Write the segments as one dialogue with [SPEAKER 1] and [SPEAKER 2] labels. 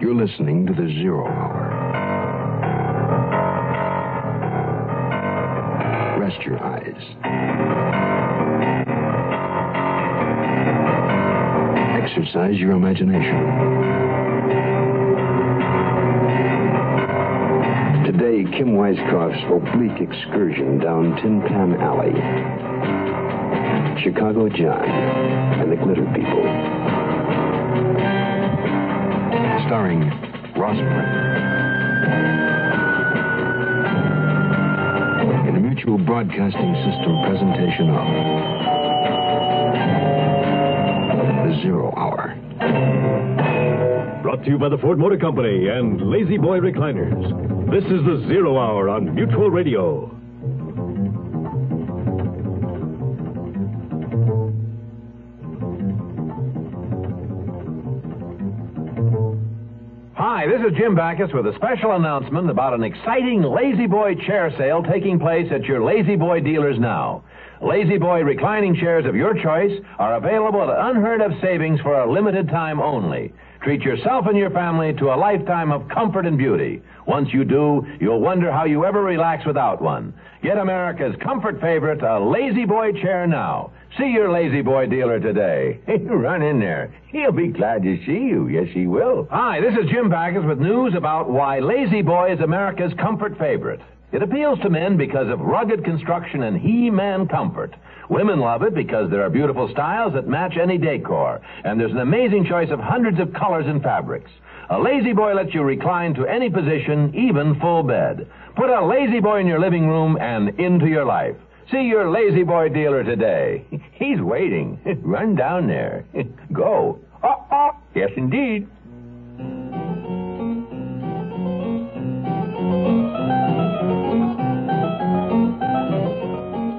[SPEAKER 1] You're listening to the Zero Hour. Rest your eyes. Exercise your imagination. Today, Kim Weisskopf's oblique excursion down Tin Pan Alley. Chicago John and the Glitter People. Starring Ross Brennan. In a mutual broadcasting system presentation of The Zero Hour.
[SPEAKER 2] Brought to you by the Ford Motor Company and Lazy Boy Recliners. This is the Zero Hour on Mutual Radio.
[SPEAKER 3] Hi, this is Jim Backus with a special announcement about an exciting Lazy Boy chair sale taking place at your Lazy Boy dealers now. Lazy Boy reclining chairs of your choice are available at unheard of savings for a limited time only. Treat yourself and your family to a lifetime of comfort and beauty. Once you do, you'll wonder how you ever relax without one. Get America's comfort favorite, a Lazy Boy chair now. See your Lazy Boy dealer today. Run in there. He'll be glad to see you. Yes, he will. Hi, this is Jim Backus with news about why Lazy Boy is America's comfort favorite. It appeals to men because of rugged construction and he-man comfort. Women love it because there are beautiful styles that match any decor, and there's an amazing choice of hundreds of colors and fabrics. A Lazy Boy lets you recline to any position, even full bed. Put a Lazy Boy in your living room and into your life. See your lazy boy dealer today. He's waiting. Run down there. Go. Uh, uh. Yes, indeed.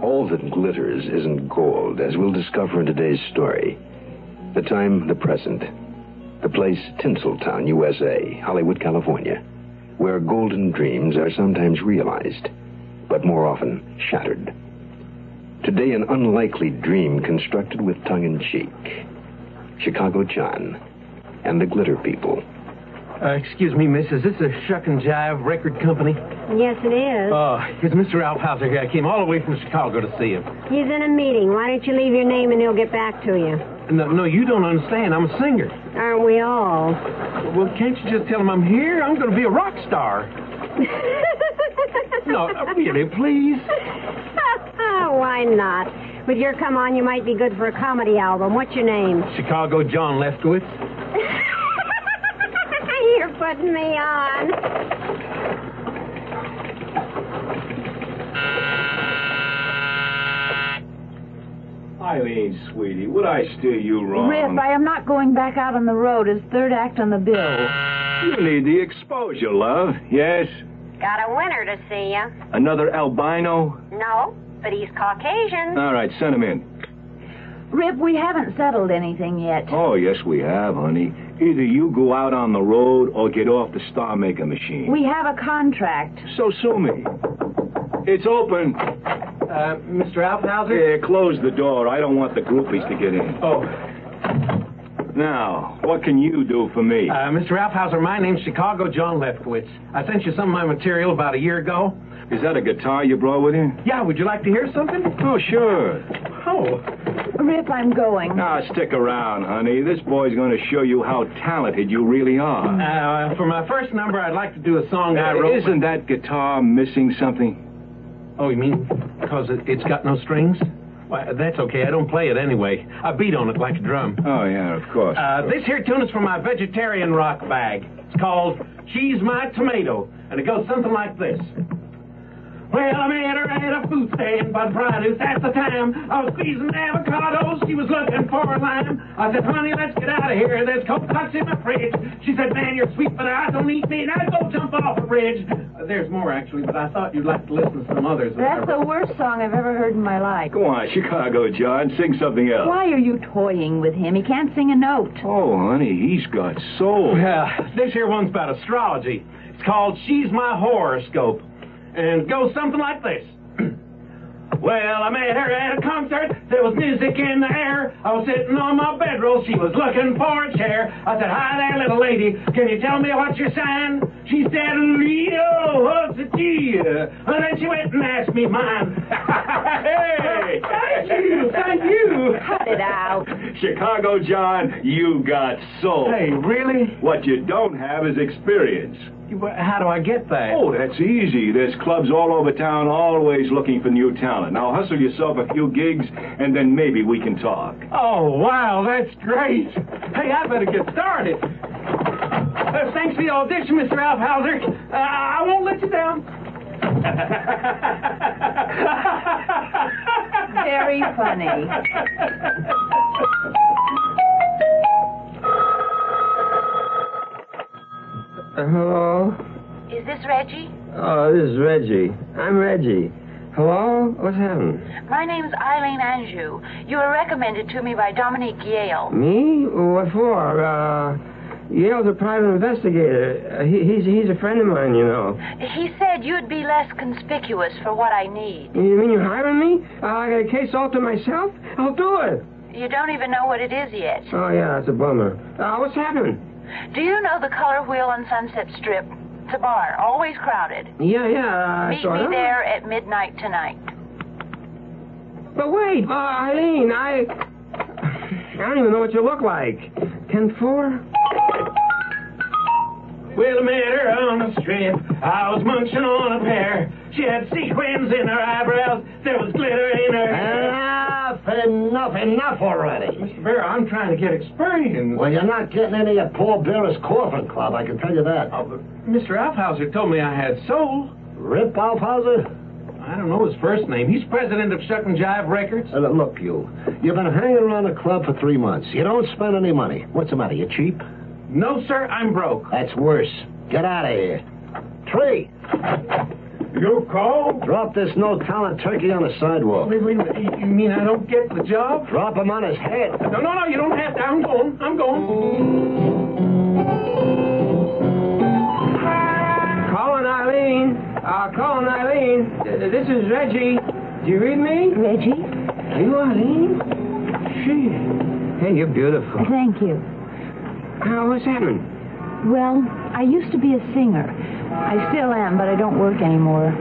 [SPEAKER 1] All that glitters isn't gold, as we'll discover in today's story. The time, the present. The place, Tinseltown, USA, Hollywood, California, where golden dreams are sometimes realized, but more often shattered. Today, an unlikely dream constructed with tongue in cheek. Chicago John and the Glitter People.
[SPEAKER 4] Uh, excuse me, miss. Is this a shuck and jive record company?
[SPEAKER 5] Yes, it is.
[SPEAKER 4] Uh, it's Mr. Alphauser here. I came all the way from Chicago to see him.
[SPEAKER 5] He's in a meeting. Why don't you leave your name and he'll get back to you?
[SPEAKER 4] No, no, you don't understand. I'm a singer.
[SPEAKER 5] Aren't we all?
[SPEAKER 4] Well, can't you just tell him I'm here? I'm going to be a rock star. No, uh, really, please.
[SPEAKER 5] Why not? With your come on, you might be good for a comedy album. What's your name?
[SPEAKER 4] Chicago John Lefkowitz.
[SPEAKER 5] You're putting me on.
[SPEAKER 6] Eileen, sweetie, would I steer you wrong?
[SPEAKER 7] Rip, I am not going back out on the road as third act on the bill.
[SPEAKER 6] You need the exposure, love. Yes?
[SPEAKER 5] Got a winner to see you.
[SPEAKER 6] Another albino?
[SPEAKER 5] No, but he's Caucasian.
[SPEAKER 6] All right, send him in.
[SPEAKER 7] Rip, we haven't settled anything yet.
[SPEAKER 6] Oh, yes, we have, honey. Either you go out on the road or get off the Star Maker machine.
[SPEAKER 7] We have a contract.
[SPEAKER 6] So sue me. It's open.
[SPEAKER 4] Uh, Mr. Alphauser?
[SPEAKER 6] Yeah, close the door. I don't want the groupies to get in.
[SPEAKER 4] Oh,
[SPEAKER 6] Now, what can you do for me?
[SPEAKER 4] uh, Mr. Alphauser, my name's Chicago John Lefkowitz. I sent you some of my material about a year ago.
[SPEAKER 6] Is that a guitar you brought with you?
[SPEAKER 4] Yeah, would you like to hear something?
[SPEAKER 6] Oh, sure.
[SPEAKER 4] Oh.
[SPEAKER 7] Rip, I'm going.
[SPEAKER 6] Now, stick around, honey. This boy's going to show you how talented you really are.
[SPEAKER 4] Uh, for my first number, I'd like to do a song I wrote.
[SPEAKER 6] Isn't that guitar missing something?
[SPEAKER 4] Oh, you mean because it, it's got no strings? Why, that's okay. I don't play it anyway. I beat on it like a drum.
[SPEAKER 6] Oh, yeah, of course.
[SPEAKER 4] Uh, this here tune is from my vegetarian rock bag. It's called She's My Tomato, and it goes something like this. Well, I met her at a food stand, but produce at the time. I was squeezing avocados, she was looking for a lime. I said, honey, let's get out of here. There's cold cuts in my fridge. She said, man, you're sweet, but I don't eat meat. I'd go jump off a bridge. Uh, there's more, actually, but I thought you'd like to listen to some others.
[SPEAKER 7] That's the worst song I've ever heard in my life.
[SPEAKER 6] Go on, Chicago John, sing something else.
[SPEAKER 7] Why are you toying with him? He can't sing a note.
[SPEAKER 6] Oh, honey, he's got soul.
[SPEAKER 4] Yeah, this here one's about astrology. It's called She's My Horoscope. And it goes something like this. Well, I met her at a concert. There was music in the air. I was sitting on my bedroll. She was looking for a chair. I said, Hi there, little lady. Can you tell me what's your sign? She said, Leo, what's it to you? And then she went and asked me mine. hey! Thank you, thank you.
[SPEAKER 8] Cut it out.
[SPEAKER 6] Chicago John, you got soul.
[SPEAKER 4] Hey, really?
[SPEAKER 6] What you don't have is experience.
[SPEAKER 4] But How do I get that?
[SPEAKER 6] Oh, that's easy. There's clubs all over town always looking for new talent. Now hustle yourself a few gigs, and then maybe we can talk.
[SPEAKER 4] Oh, wow, that's great. Hey, I better get started. Uh, thanks for the audition, Mr. Alfhauser. Uh, I won't let you down.
[SPEAKER 7] Very funny.
[SPEAKER 9] Hello?
[SPEAKER 10] Is this Reggie?
[SPEAKER 9] Oh, this is Reggie. I'm Reggie. Hello? What's happening?
[SPEAKER 10] My name's Eileen Anjou. You were recommended to me by Dominique Yale.
[SPEAKER 9] Me? What for? Uh, Yale's a private investigator. Uh, he, he's, he's a friend of mine, you know.
[SPEAKER 10] He said you'd be less conspicuous for what I need.
[SPEAKER 9] You mean you're hiring me? Uh, I got a case all to myself? I'll do it.
[SPEAKER 10] You don't even know what it is yet.
[SPEAKER 9] Oh, yeah, that's a bummer. Uh, what's happening?
[SPEAKER 10] Do you know the color wheel on Sunset Strip? It's a bar, always crowded.
[SPEAKER 9] Yeah, yeah, uh,
[SPEAKER 10] Meet
[SPEAKER 9] sort
[SPEAKER 10] me
[SPEAKER 9] of.
[SPEAKER 10] there at midnight tonight.
[SPEAKER 9] But wait, uh, Eileen, I... I don't even know what you look like. Ten four?
[SPEAKER 4] Well, I met her on the strip. I was munching on a pear. She had sequins in her eyebrows. There was glitter in her hair.
[SPEAKER 11] Enough, enough, enough already.
[SPEAKER 4] Bear, I'm trying to get experience.
[SPEAKER 11] Well, you're not getting any at Paul Bearer's Coffin Club, I can tell you that.
[SPEAKER 4] Uh, Mr. Alfhauser told me I had soul.
[SPEAKER 11] Rip Alphauser?
[SPEAKER 4] I don't know his first name. He's president of Shuck and Jive Records.
[SPEAKER 11] Uh, look, you. You've been hanging around the club for three months. You don't spend any money. What's the matter? You cheap?
[SPEAKER 4] No, sir, I'm broke.
[SPEAKER 11] That's worse. Get out of here. Tree,
[SPEAKER 4] You call?
[SPEAKER 11] drop this no talent turkey on the sidewalk.
[SPEAKER 4] Wait, wait, wait. You mean I don't get the job?
[SPEAKER 11] Drop him on his head.
[SPEAKER 4] No, no, no, you don't have to. I'm going. I'm going.
[SPEAKER 9] Colin Eileen. Uh, Colin Eileen. Th- This is Reggie. Do you read me?
[SPEAKER 7] Reggie,
[SPEAKER 9] Are you Eileen? She. Hey, you're beautiful.
[SPEAKER 7] thank you.
[SPEAKER 9] Uh, what's happening?
[SPEAKER 7] Well, I used to be a singer. I still am, but I don't work anymore.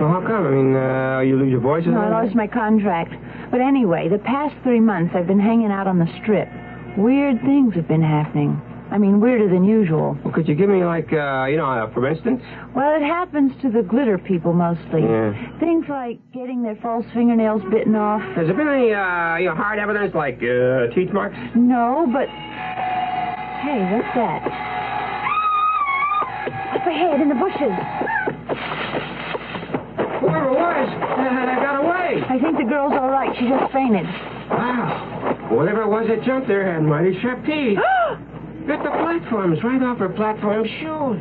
[SPEAKER 9] Well, how come? I mean, uh, you lose your voice? or
[SPEAKER 7] No, I
[SPEAKER 9] something?
[SPEAKER 7] lost my contract. But anyway, the past three months I've been hanging out on the strip. Weird things have been happening. I mean, weirder than usual.
[SPEAKER 9] Well, could you give me, like, uh, you know, uh, for instance?
[SPEAKER 7] Well, it happens to the glitter people mostly.
[SPEAKER 9] Yeah.
[SPEAKER 7] Things like getting their false fingernails bitten off.
[SPEAKER 9] Has there been any, uh, you know, hard evidence, like, uh, teeth marks?
[SPEAKER 7] No, but. Hey, what's that? Up ahead in the bushes.
[SPEAKER 9] Whoever it was, uh, got away.
[SPEAKER 7] I think the girl's all right. She just fainted.
[SPEAKER 9] Wow. Whatever it was that jumped there had mighty sharp teeth. Got the platforms right off her platform shoes.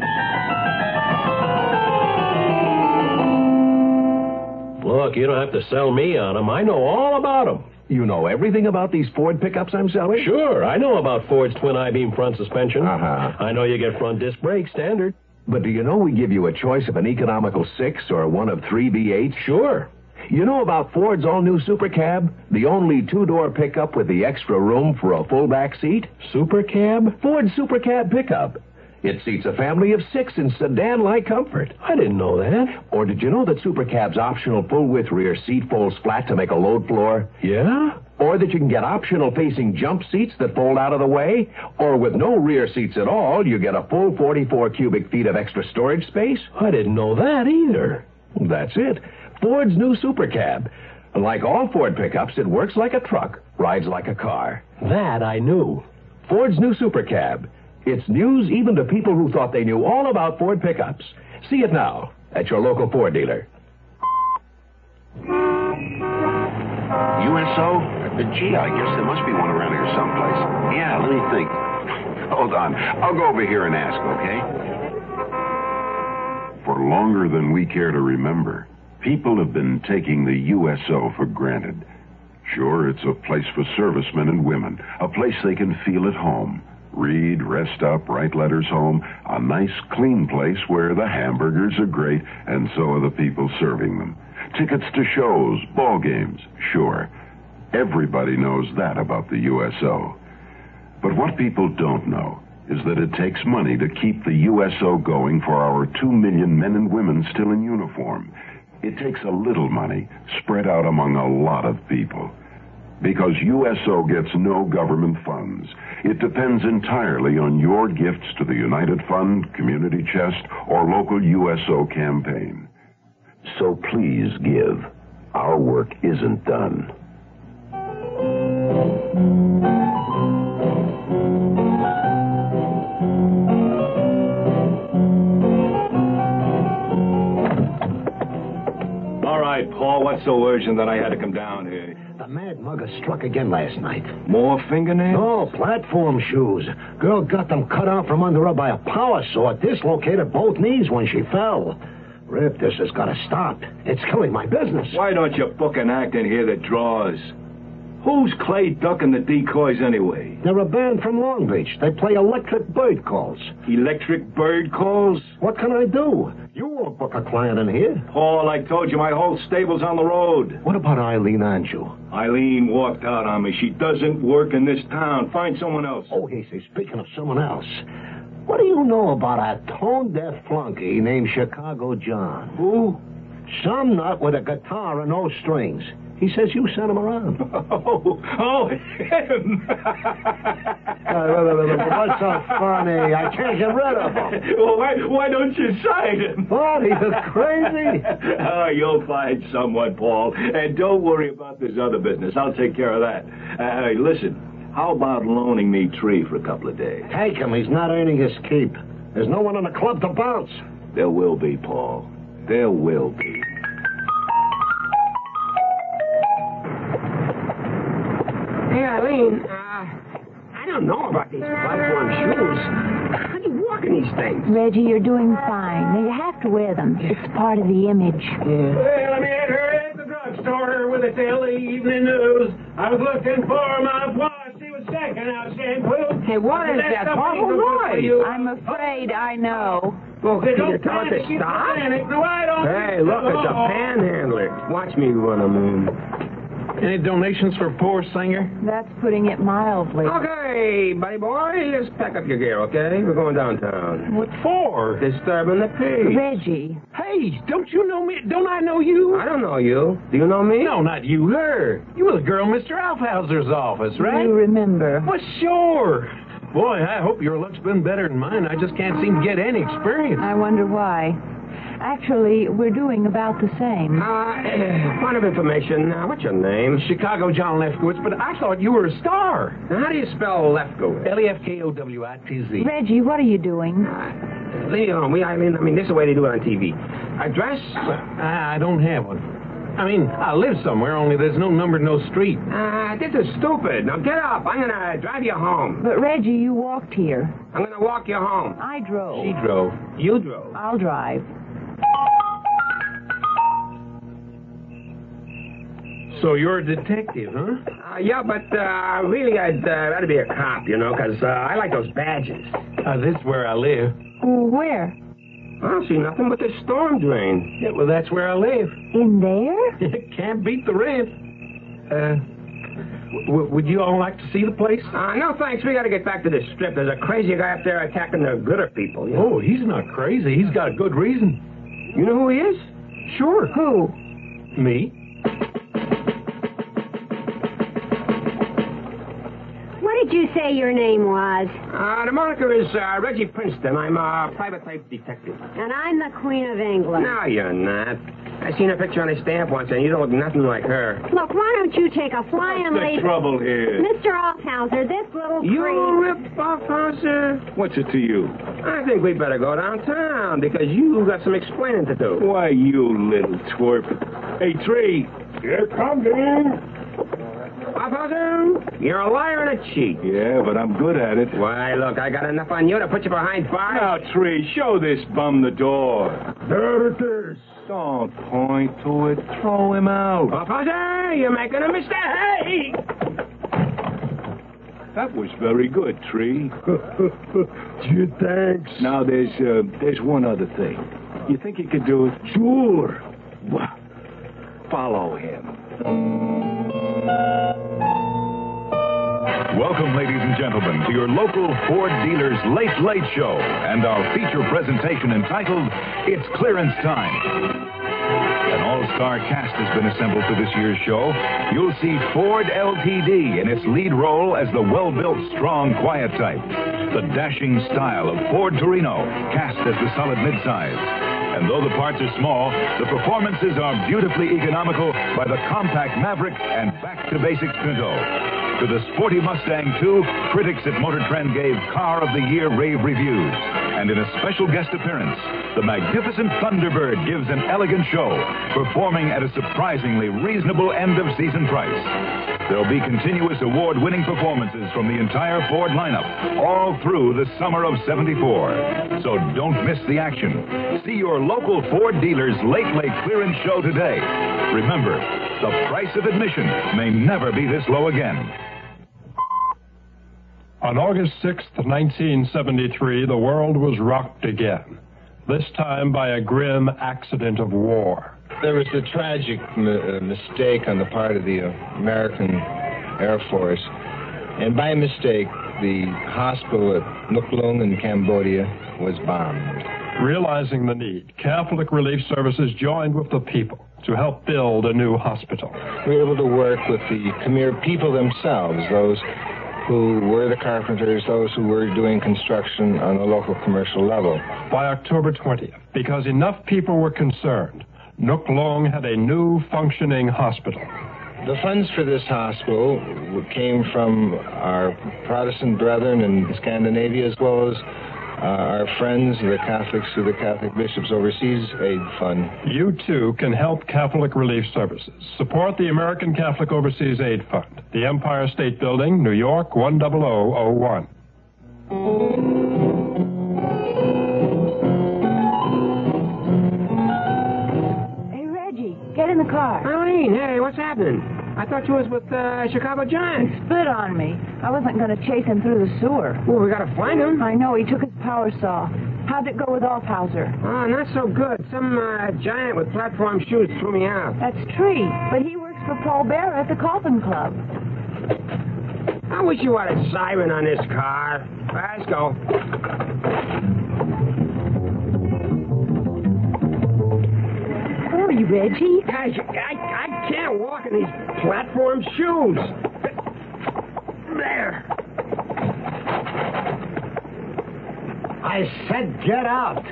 [SPEAKER 12] Look, you don't have to sell me on them. I know all about them.
[SPEAKER 13] You know everything about these Ford pickups I'm selling?
[SPEAKER 12] Sure, I know about Ford's twin I-beam front suspension.
[SPEAKER 13] Uh-huh.
[SPEAKER 12] I know you get front disc brake standard.
[SPEAKER 13] But do you know we give you a choice of an economical six or one of three V8s?
[SPEAKER 12] Sure.
[SPEAKER 13] You know about Ford's all new Super Cab? The only two door pickup with the extra room for a full back seat?
[SPEAKER 12] Super cab?
[SPEAKER 13] Ford Super Cab pickup. It seats a family of six in sedan like comfort.
[SPEAKER 12] I didn't know that.
[SPEAKER 13] Or did you know that Super Cab's optional full width rear seat folds flat to make a load floor?
[SPEAKER 12] Yeah?
[SPEAKER 13] Or that you can get optional facing jump seats that fold out of the way? Or with no rear seats at all, you get a full 44 cubic feet of extra storage space?
[SPEAKER 12] I didn't know that either.
[SPEAKER 13] That's it. Ford's new Super Cab. Like all Ford pickups, it works like a truck, rides like a car.
[SPEAKER 12] That I knew.
[SPEAKER 13] Ford's new Super Cab. It's news even to people who thought they knew all about Ford pickups. See it now at your local Ford dealer.
[SPEAKER 1] USO? Uh, Gee, I guess there must be one around here someplace. Yeah, let me think. Hold on. I'll go over here and ask, okay?
[SPEAKER 14] For longer than we care to remember, people have been taking the USO for granted. Sure, it's a place for servicemen and women, a place they can feel at home. Read, rest up, write letters home, a nice, clean place where the hamburgers are great and so are the people serving them. tickets to shows, ball games, sure. Everybody knows that about the USO. But what people don't know is that it takes money to keep the USO going for our two million men and women still in uniform. It takes a little money spread out among a lot of people. Because USO gets no government funds. It depends entirely on your gifts to the United Fund, Community Chest, or local USO campaign.
[SPEAKER 15] So please give. Our work isn't done.
[SPEAKER 6] All right, Paul, what's so urgent that I had to come down here?
[SPEAKER 11] The mad mugger struck again last night.
[SPEAKER 6] More fingernails?
[SPEAKER 11] No, platform shoes. Girl got them cut out from under her by a power saw, dislocated both knees when she fell. Rip, this has got to stop. It's killing my business.
[SPEAKER 6] Why don't you book an act in here that draws? Who's Clay ducking the decoys anyway?
[SPEAKER 11] They're a band from Long Beach. They play electric bird calls.
[SPEAKER 6] Electric bird calls?
[SPEAKER 11] What can I do? You won't book a client in here.
[SPEAKER 6] Paul, I told you my whole stable's on the road.
[SPEAKER 11] What about Eileen Anjou?
[SPEAKER 6] Eileen walked out on me. She doesn't work in this town. Find someone else.
[SPEAKER 11] Oh, he says, speaking of someone else, what do you know about a tone deaf flunky named Chicago John?
[SPEAKER 6] Who?
[SPEAKER 11] Some nut with a guitar and no strings. He says you sent him around.
[SPEAKER 6] Oh, oh, him.
[SPEAKER 11] Uh, What's so funny? I can't get rid of him.
[SPEAKER 6] well, why, why don't you sign him?
[SPEAKER 11] What? He's crazy.
[SPEAKER 6] oh, you'll find someone, Paul. And don't worry about this other business. I'll take care of that. Uh, hey, listen, how about loaning me Tree for a couple of days?
[SPEAKER 11] Take him. He's not earning his keep. There's no one in the club to bounce.
[SPEAKER 6] There will be, Paul. There will be.
[SPEAKER 9] Hey, Eileen, uh, I don't know about these platform shoes. How do you walk in these things?
[SPEAKER 7] Reggie, you're doing fine. Now, you have to wear them. It's part of the image.
[SPEAKER 4] Well, I met her at the drugstore with a daily evening news. I was looking for my wash. She was second out shampoo.
[SPEAKER 9] Hey, what is that
[SPEAKER 4] That's something
[SPEAKER 9] awful
[SPEAKER 4] good for
[SPEAKER 9] noise?
[SPEAKER 4] you.
[SPEAKER 7] I'm afraid I know.
[SPEAKER 9] Well,
[SPEAKER 4] They
[SPEAKER 9] can you
[SPEAKER 4] don't
[SPEAKER 9] tell it
[SPEAKER 4] panic,
[SPEAKER 9] to
[SPEAKER 4] keep
[SPEAKER 9] stop?
[SPEAKER 4] panic. Why don't
[SPEAKER 9] Hey,
[SPEAKER 4] you-
[SPEAKER 9] look, it's a
[SPEAKER 4] Oh.
[SPEAKER 9] panhandler. Watch me run him in.
[SPEAKER 16] Any donations for poor singer?
[SPEAKER 7] That's putting it mildly.
[SPEAKER 9] Okay, buddy boy, just pack up your gear, okay? We're going downtown.
[SPEAKER 16] What for?
[SPEAKER 9] Disturbing the peace.
[SPEAKER 7] Reggie.
[SPEAKER 16] Hey, don't you know me? Don't I know you?
[SPEAKER 9] I don't know Oh, you. Do you know me?
[SPEAKER 16] No, not you. Her. You were the girl in Mr. Alfhauser's office, right?
[SPEAKER 7] You remember.
[SPEAKER 16] Well, sure. Boy, I hope your luck's been better than mine. I just can't seem to get any experience.
[SPEAKER 7] I wonder why. Actually, we're doing about the same.
[SPEAKER 9] Uh, point of information. Uh, what's your name?
[SPEAKER 16] Chicago John Lefkowitz, but I thought you were a star. E
[SPEAKER 9] Now, how do you spell Lefkowitz?
[SPEAKER 16] L-E-F-K-O-W-I-T-Z.
[SPEAKER 7] Reggie, what are you doing?
[SPEAKER 9] Uh, leave it alone. We, I mean, I mean, this is the way they do it on TV. Address?
[SPEAKER 16] I, I don't have one. I mean, I live somewhere, only there's no number, no street.
[SPEAKER 9] Uh, this is stupid. Now get up. I'm gonna drive you home.
[SPEAKER 7] But Reggie, you walked here.
[SPEAKER 9] I'm gonna walk you home.
[SPEAKER 7] I drove.
[SPEAKER 16] She drove.
[SPEAKER 9] You drove.
[SPEAKER 7] I'll drive.
[SPEAKER 16] So you're a detective, huh?
[SPEAKER 9] Uh, yeah, but uh, really, I'd uh, rather be a cop, you know, 'cause uh, I like those badges.
[SPEAKER 16] Uh, this is where I live.
[SPEAKER 7] Where?
[SPEAKER 9] I don't see nothing but this storm drain.
[SPEAKER 16] Yeah, well, that's where I live.
[SPEAKER 7] In there?
[SPEAKER 16] Can't beat the rent. Uh, w- would you all like to see the place?
[SPEAKER 9] Uh, no thanks. We gotta get back to this strip. There's a crazy guy up there attacking the gooder people. You know,
[SPEAKER 16] Oh, he's not crazy. He's got a good reason.
[SPEAKER 9] you know who he is?
[SPEAKER 16] Sure.
[SPEAKER 7] Who?
[SPEAKER 16] Me?
[SPEAKER 5] What did you say your name was?
[SPEAKER 9] Uh, the moniker is uh, Reggie Princeton. I'm a private type detective.
[SPEAKER 5] And I'm the Queen of England.
[SPEAKER 9] No, you're not. I seen a picture on a stamp once, and you don't look nothing like her.
[SPEAKER 5] Look, why don't you take a flying
[SPEAKER 6] What's the
[SPEAKER 5] leap?
[SPEAKER 6] trouble here?
[SPEAKER 5] Mr. Althauser, this little
[SPEAKER 9] You
[SPEAKER 5] creep.
[SPEAKER 9] ripped off Arthur.
[SPEAKER 6] What's it to you?
[SPEAKER 9] I think we better go downtown because you got some explaining to do.
[SPEAKER 6] Why, you little twerp. Hey, Tree. Here comes in.
[SPEAKER 9] Arthur, you're a liar and a cheat.
[SPEAKER 6] Yeah, but I'm good at it.
[SPEAKER 9] Why, look, I got enough on you to put you behind
[SPEAKER 6] Now,
[SPEAKER 9] bars.
[SPEAKER 6] Tree, show this bum the door.
[SPEAKER 9] There it is.
[SPEAKER 6] Don't point to it. Throw him out.
[SPEAKER 9] Arthur, you're making a mistake.
[SPEAKER 6] That was very good, Tree.
[SPEAKER 9] Gee, thanks.
[SPEAKER 6] Now, there's uh, there's one other thing. You think you could do it? Sure.
[SPEAKER 17] follow him.
[SPEAKER 18] Welcome, ladies and gentlemen, to your local Ford dealer's Late Late Show and our feature presentation entitled It's Clearance Time. An all-star cast has been assembled for this year's show. You'll see Ford LTD in its lead role as the well-built, strong, quiet type. The dashing style of Ford Torino, cast as the solid midsize. And though the parts are small, the performances are beautifully economical by the compact Maverick and back to basics Pinto. To the sporty Mustang 2, critics at Motor Trend gave Car of the Year rave reviews. And in a special guest appearance, the magnificent Thunderbird gives an elegant show, performing at a surprisingly reasonable end-of-season price. There'll be continuous award-winning performances from the entire Ford lineup all through the summer of 74. So don't miss the action. See your local Ford dealer's Late Late Clearance Show today. Remember, the price of admission may never be this low again.
[SPEAKER 19] On August 6, 1973, the world was rocked again, this time by a grim accident of war.
[SPEAKER 20] There was a tragic m- uh, mistake on the part of the uh, American Air Force. And by mistake, the hospital at Nuklung in Cambodia was bombed.
[SPEAKER 19] Realizing the need, Catholic Relief Services joined with the people to help build a new hospital.
[SPEAKER 20] We were able to work with the Khmer people themselves, those who were the carpenters, those who were doing construction on the local commercial level.
[SPEAKER 19] By October 20th, because enough people were concerned, Nook Long had a new functioning hospital.
[SPEAKER 20] The funds for this hospital came from our Protestant brethren in Scandinavia as well as uh, our friends, the Catholics through the Catholic Bishops Overseas Aid Fund.
[SPEAKER 19] You too can help Catholic Relief Services. Support the American Catholic Overseas Aid Fund, the Empire State Building, New York 10001.
[SPEAKER 7] Hey, Reggie, get in the car.
[SPEAKER 9] Eileen, hey, what's happening? I thought you was with uh, Chicago Giants.
[SPEAKER 7] Spit on me. I wasn't going to chase him through the sewer.
[SPEAKER 9] Well, we gotta find him.
[SPEAKER 7] I know. He took his power saw. How'd it go with Althauser?
[SPEAKER 9] Oh, not so good. Some uh, giant with platform shoes threw me out.
[SPEAKER 7] That's Tree, but he works for Paul Bearer at the Coffin Club.
[SPEAKER 9] I wish you had a siren on this car. All right, let's go.
[SPEAKER 7] Where are you, Reggie?
[SPEAKER 9] Gosh, I, I can't walk in these platform shoes. There.
[SPEAKER 17] I said get out.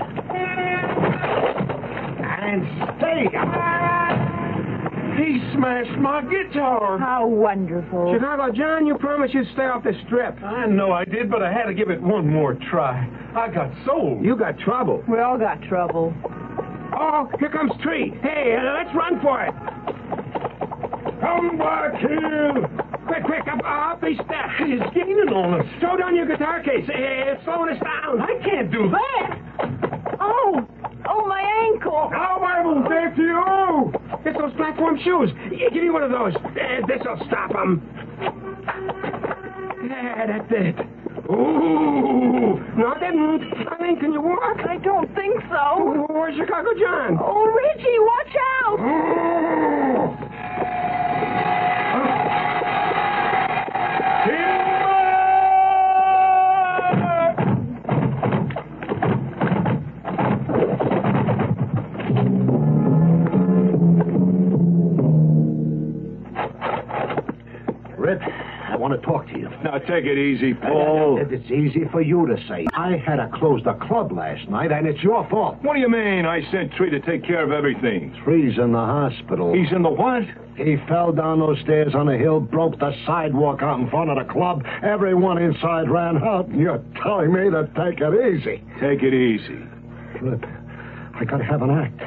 [SPEAKER 17] And stay
[SPEAKER 4] He smashed my guitar.
[SPEAKER 7] How wonderful.
[SPEAKER 9] Chicago John, you promised you'd stay off the strip.
[SPEAKER 4] I know I did, but I had to give it one more try. I got sold.
[SPEAKER 9] You got trouble.
[SPEAKER 7] We all got trouble.
[SPEAKER 9] Oh, here comes Tree. Hey, uh, let's run for it. Come back here. Quick, quick, up, up these steps. He's gaining on us. Throw down your guitar case. Eh, It's slowing us down. I can't do that.
[SPEAKER 7] Oh, oh, my ankle.
[SPEAKER 9] Oh, I will save you. It's those platform shoes. Eh, Give me one of those. Eh, This'll stop them. Yeah, that's it. Ooh. No, I didn't. I mean, can you walk?
[SPEAKER 7] I don't think so.
[SPEAKER 9] Where's Chicago John?
[SPEAKER 7] Oh, Reggie, watch out.
[SPEAKER 11] Rip, I want to talk to you.
[SPEAKER 6] Now take it easy, Paul.
[SPEAKER 11] It's easy for you to say. I had to close the club last night, and it's your fault.
[SPEAKER 6] What do you mean? I sent Tree to take care of everything.
[SPEAKER 11] Tree's in the hospital.
[SPEAKER 6] He's in the what?
[SPEAKER 11] He fell down those stairs on a hill, broke the sidewalk out in front of the club. Everyone inside ran out, and you're telling me to take it easy.
[SPEAKER 6] Take it easy.
[SPEAKER 11] Flip, I gotta have an act.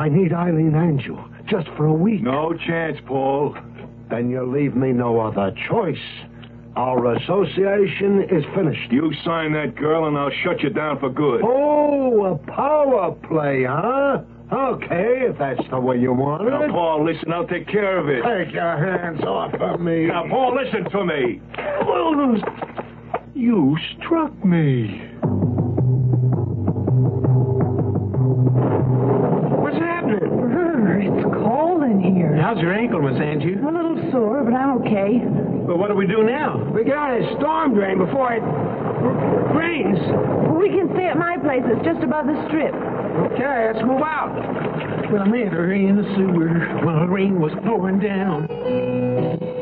[SPEAKER 11] I need Eileen Angel just for a week.
[SPEAKER 6] No chance, Paul.
[SPEAKER 11] Then you leave me no other choice. Our association is finished.
[SPEAKER 6] You sign that girl and I'll shut you down for good.
[SPEAKER 11] Oh, a power play, huh? Okay, if that's the way you want it.
[SPEAKER 6] Now, Paul, listen, I'll take care of it.
[SPEAKER 11] Take your hands off of me.
[SPEAKER 6] Now, Paul, listen to me.
[SPEAKER 11] You struck me.
[SPEAKER 9] What's happening?
[SPEAKER 7] Brr, it's cold in here.
[SPEAKER 16] How's your ankle, Miss Andrew?
[SPEAKER 7] A little sore, but I'm okay.
[SPEAKER 16] But what do we do now?
[SPEAKER 9] We get out of this storm drain before it r- rains.
[SPEAKER 7] We can stay at my place. It's just above the strip.
[SPEAKER 9] Okay, let's move out.
[SPEAKER 16] Well, I met her in the sewer while the rain was pouring down.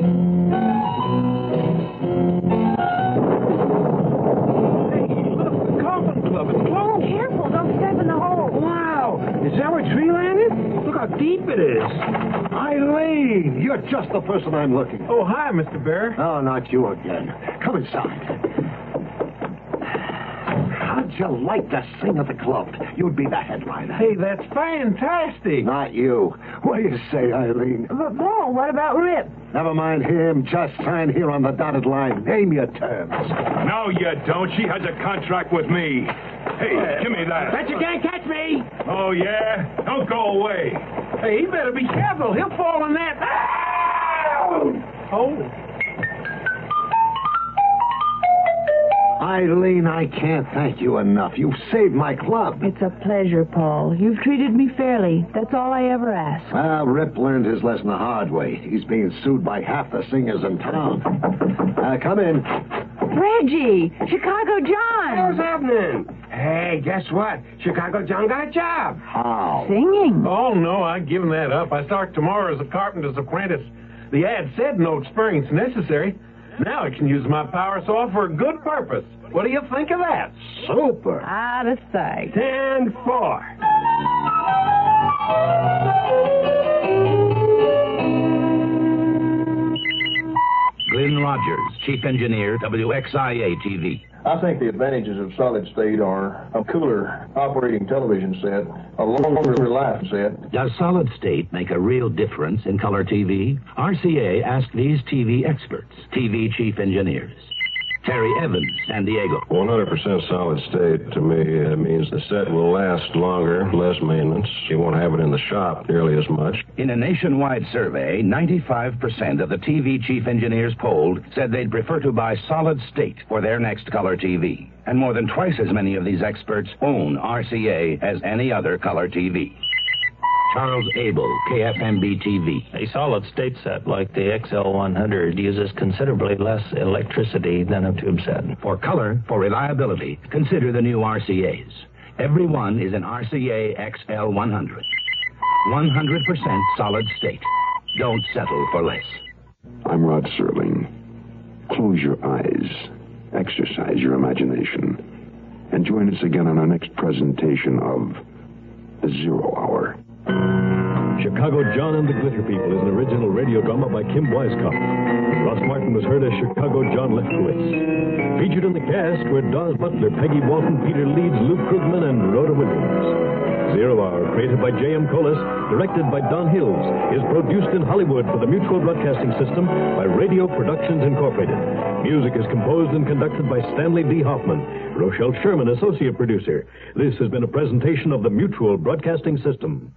[SPEAKER 9] The Coffin Club is closed.
[SPEAKER 7] Oh, Careful, don't step in the hole.
[SPEAKER 9] Wow, is that where tree landed? Look how deep it is.
[SPEAKER 11] Eileen, you're just the person I'm looking for.
[SPEAKER 16] Oh, hi, Mr. Bear.
[SPEAKER 11] No, not you again. Come inside. How'd you like to sing at the club? You'd be the headliner.
[SPEAKER 16] Hey, that's fantastic.
[SPEAKER 11] Not you. What do you say, Eileen?
[SPEAKER 7] But, Bo, what about Rip?
[SPEAKER 11] Never mind him. Just sign here on the dotted line. Name your terms.
[SPEAKER 14] No, you don't. She has a contract with me. Hey, give me that.
[SPEAKER 9] Bet you can't catch me.
[SPEAKER 14] Oh, yeah? Don't go away.
[SPEAKER 16] Hey, he better be careful. He'll fall in that. Ah! Oh.
[SPEAKER 11] Eileen, I can't thank you enough. You've saved my club.
[SPEAKER 7] It's a pleasure, Paul. You've treated me fairly. That's all I ever ask.
[SPEAKER 11] Well, Ah, Rip learned his lesson the hard way. He's being sued by half the singers in town. Uh, come in.
[SPEAKER 7] Reggie, Chicago John.
[SPEAKER 9] What's happening? Hey, guess what? Chicago John got a job.
[SPEAKER 11] How?
[SPEAKER 7] Singing.
[SPEAKER 16] Oh, no, I've given that up. I start tomorrow as a carpenter's apprentice. The ad said no experience necessary. Now I can use my power saw for a good purpose. What do you think of that?
[SPEAKER 11] Super.
[SPEAKER 7] Out of sight.
[SPEAKER 9] Ten four.
[SPEAKER 21] Glenn Rogers, Chief Engineer, WXIA TV.
[SPEAKER 20] I think the advantages of solid state are a cooler operating television set, a longer life set,
[SPEAKER 21] Does solid state make a real difference in color TV? RCA asked these TV experts, TV chief engineers. Terry Evans, San Diego.
[SPEAKER 22] 100% solid state to me uh, means the set will last longer, less maintenance. You won't have it in the shop nearly as much.
[SPEAKER 21] In a nationwide survey, 95% of the TV chief engineers polled said they'd prefer to buy solid state for their next color TV. And more than twice as many of these experts own RCA as any other color TV. Charles Abel, KFMB TV.
[SPEAKER 23] A solid state set like the XL100 uses considerably less electricity than a tube set.
[SPEAKER 21] For color, for reliability, consider the new RCAs. Every one is an RCA XL100. 100% solid state. Don't settle for less.
[SPEAKER 1] I'm Rod Serling. Close your eyes, exercise your imagination, and join us again on our next presentation of The Zero Hour.
[SPEAKER 2] Chicago John and the Glitter People is an original radio drama by Kim Weiskopf. Ross Martin was heard as Chicago John Lefkowitz. Featured in the cast were Dawes Butler, Peggy Walton, Peter Leeds, Luke Krugman, and Rhoda Williams. Zero Hour, created by J.M. Colas, directed by Don Hills, is produced in Hollywood for the Mutual Broadcasting System by Radio Productions Incorporated. Music is composed and conducted by Stanley D. Hoffman, Rochelle Sherman, associate producer. This has been a presentation of the Mutual Broadcasting System.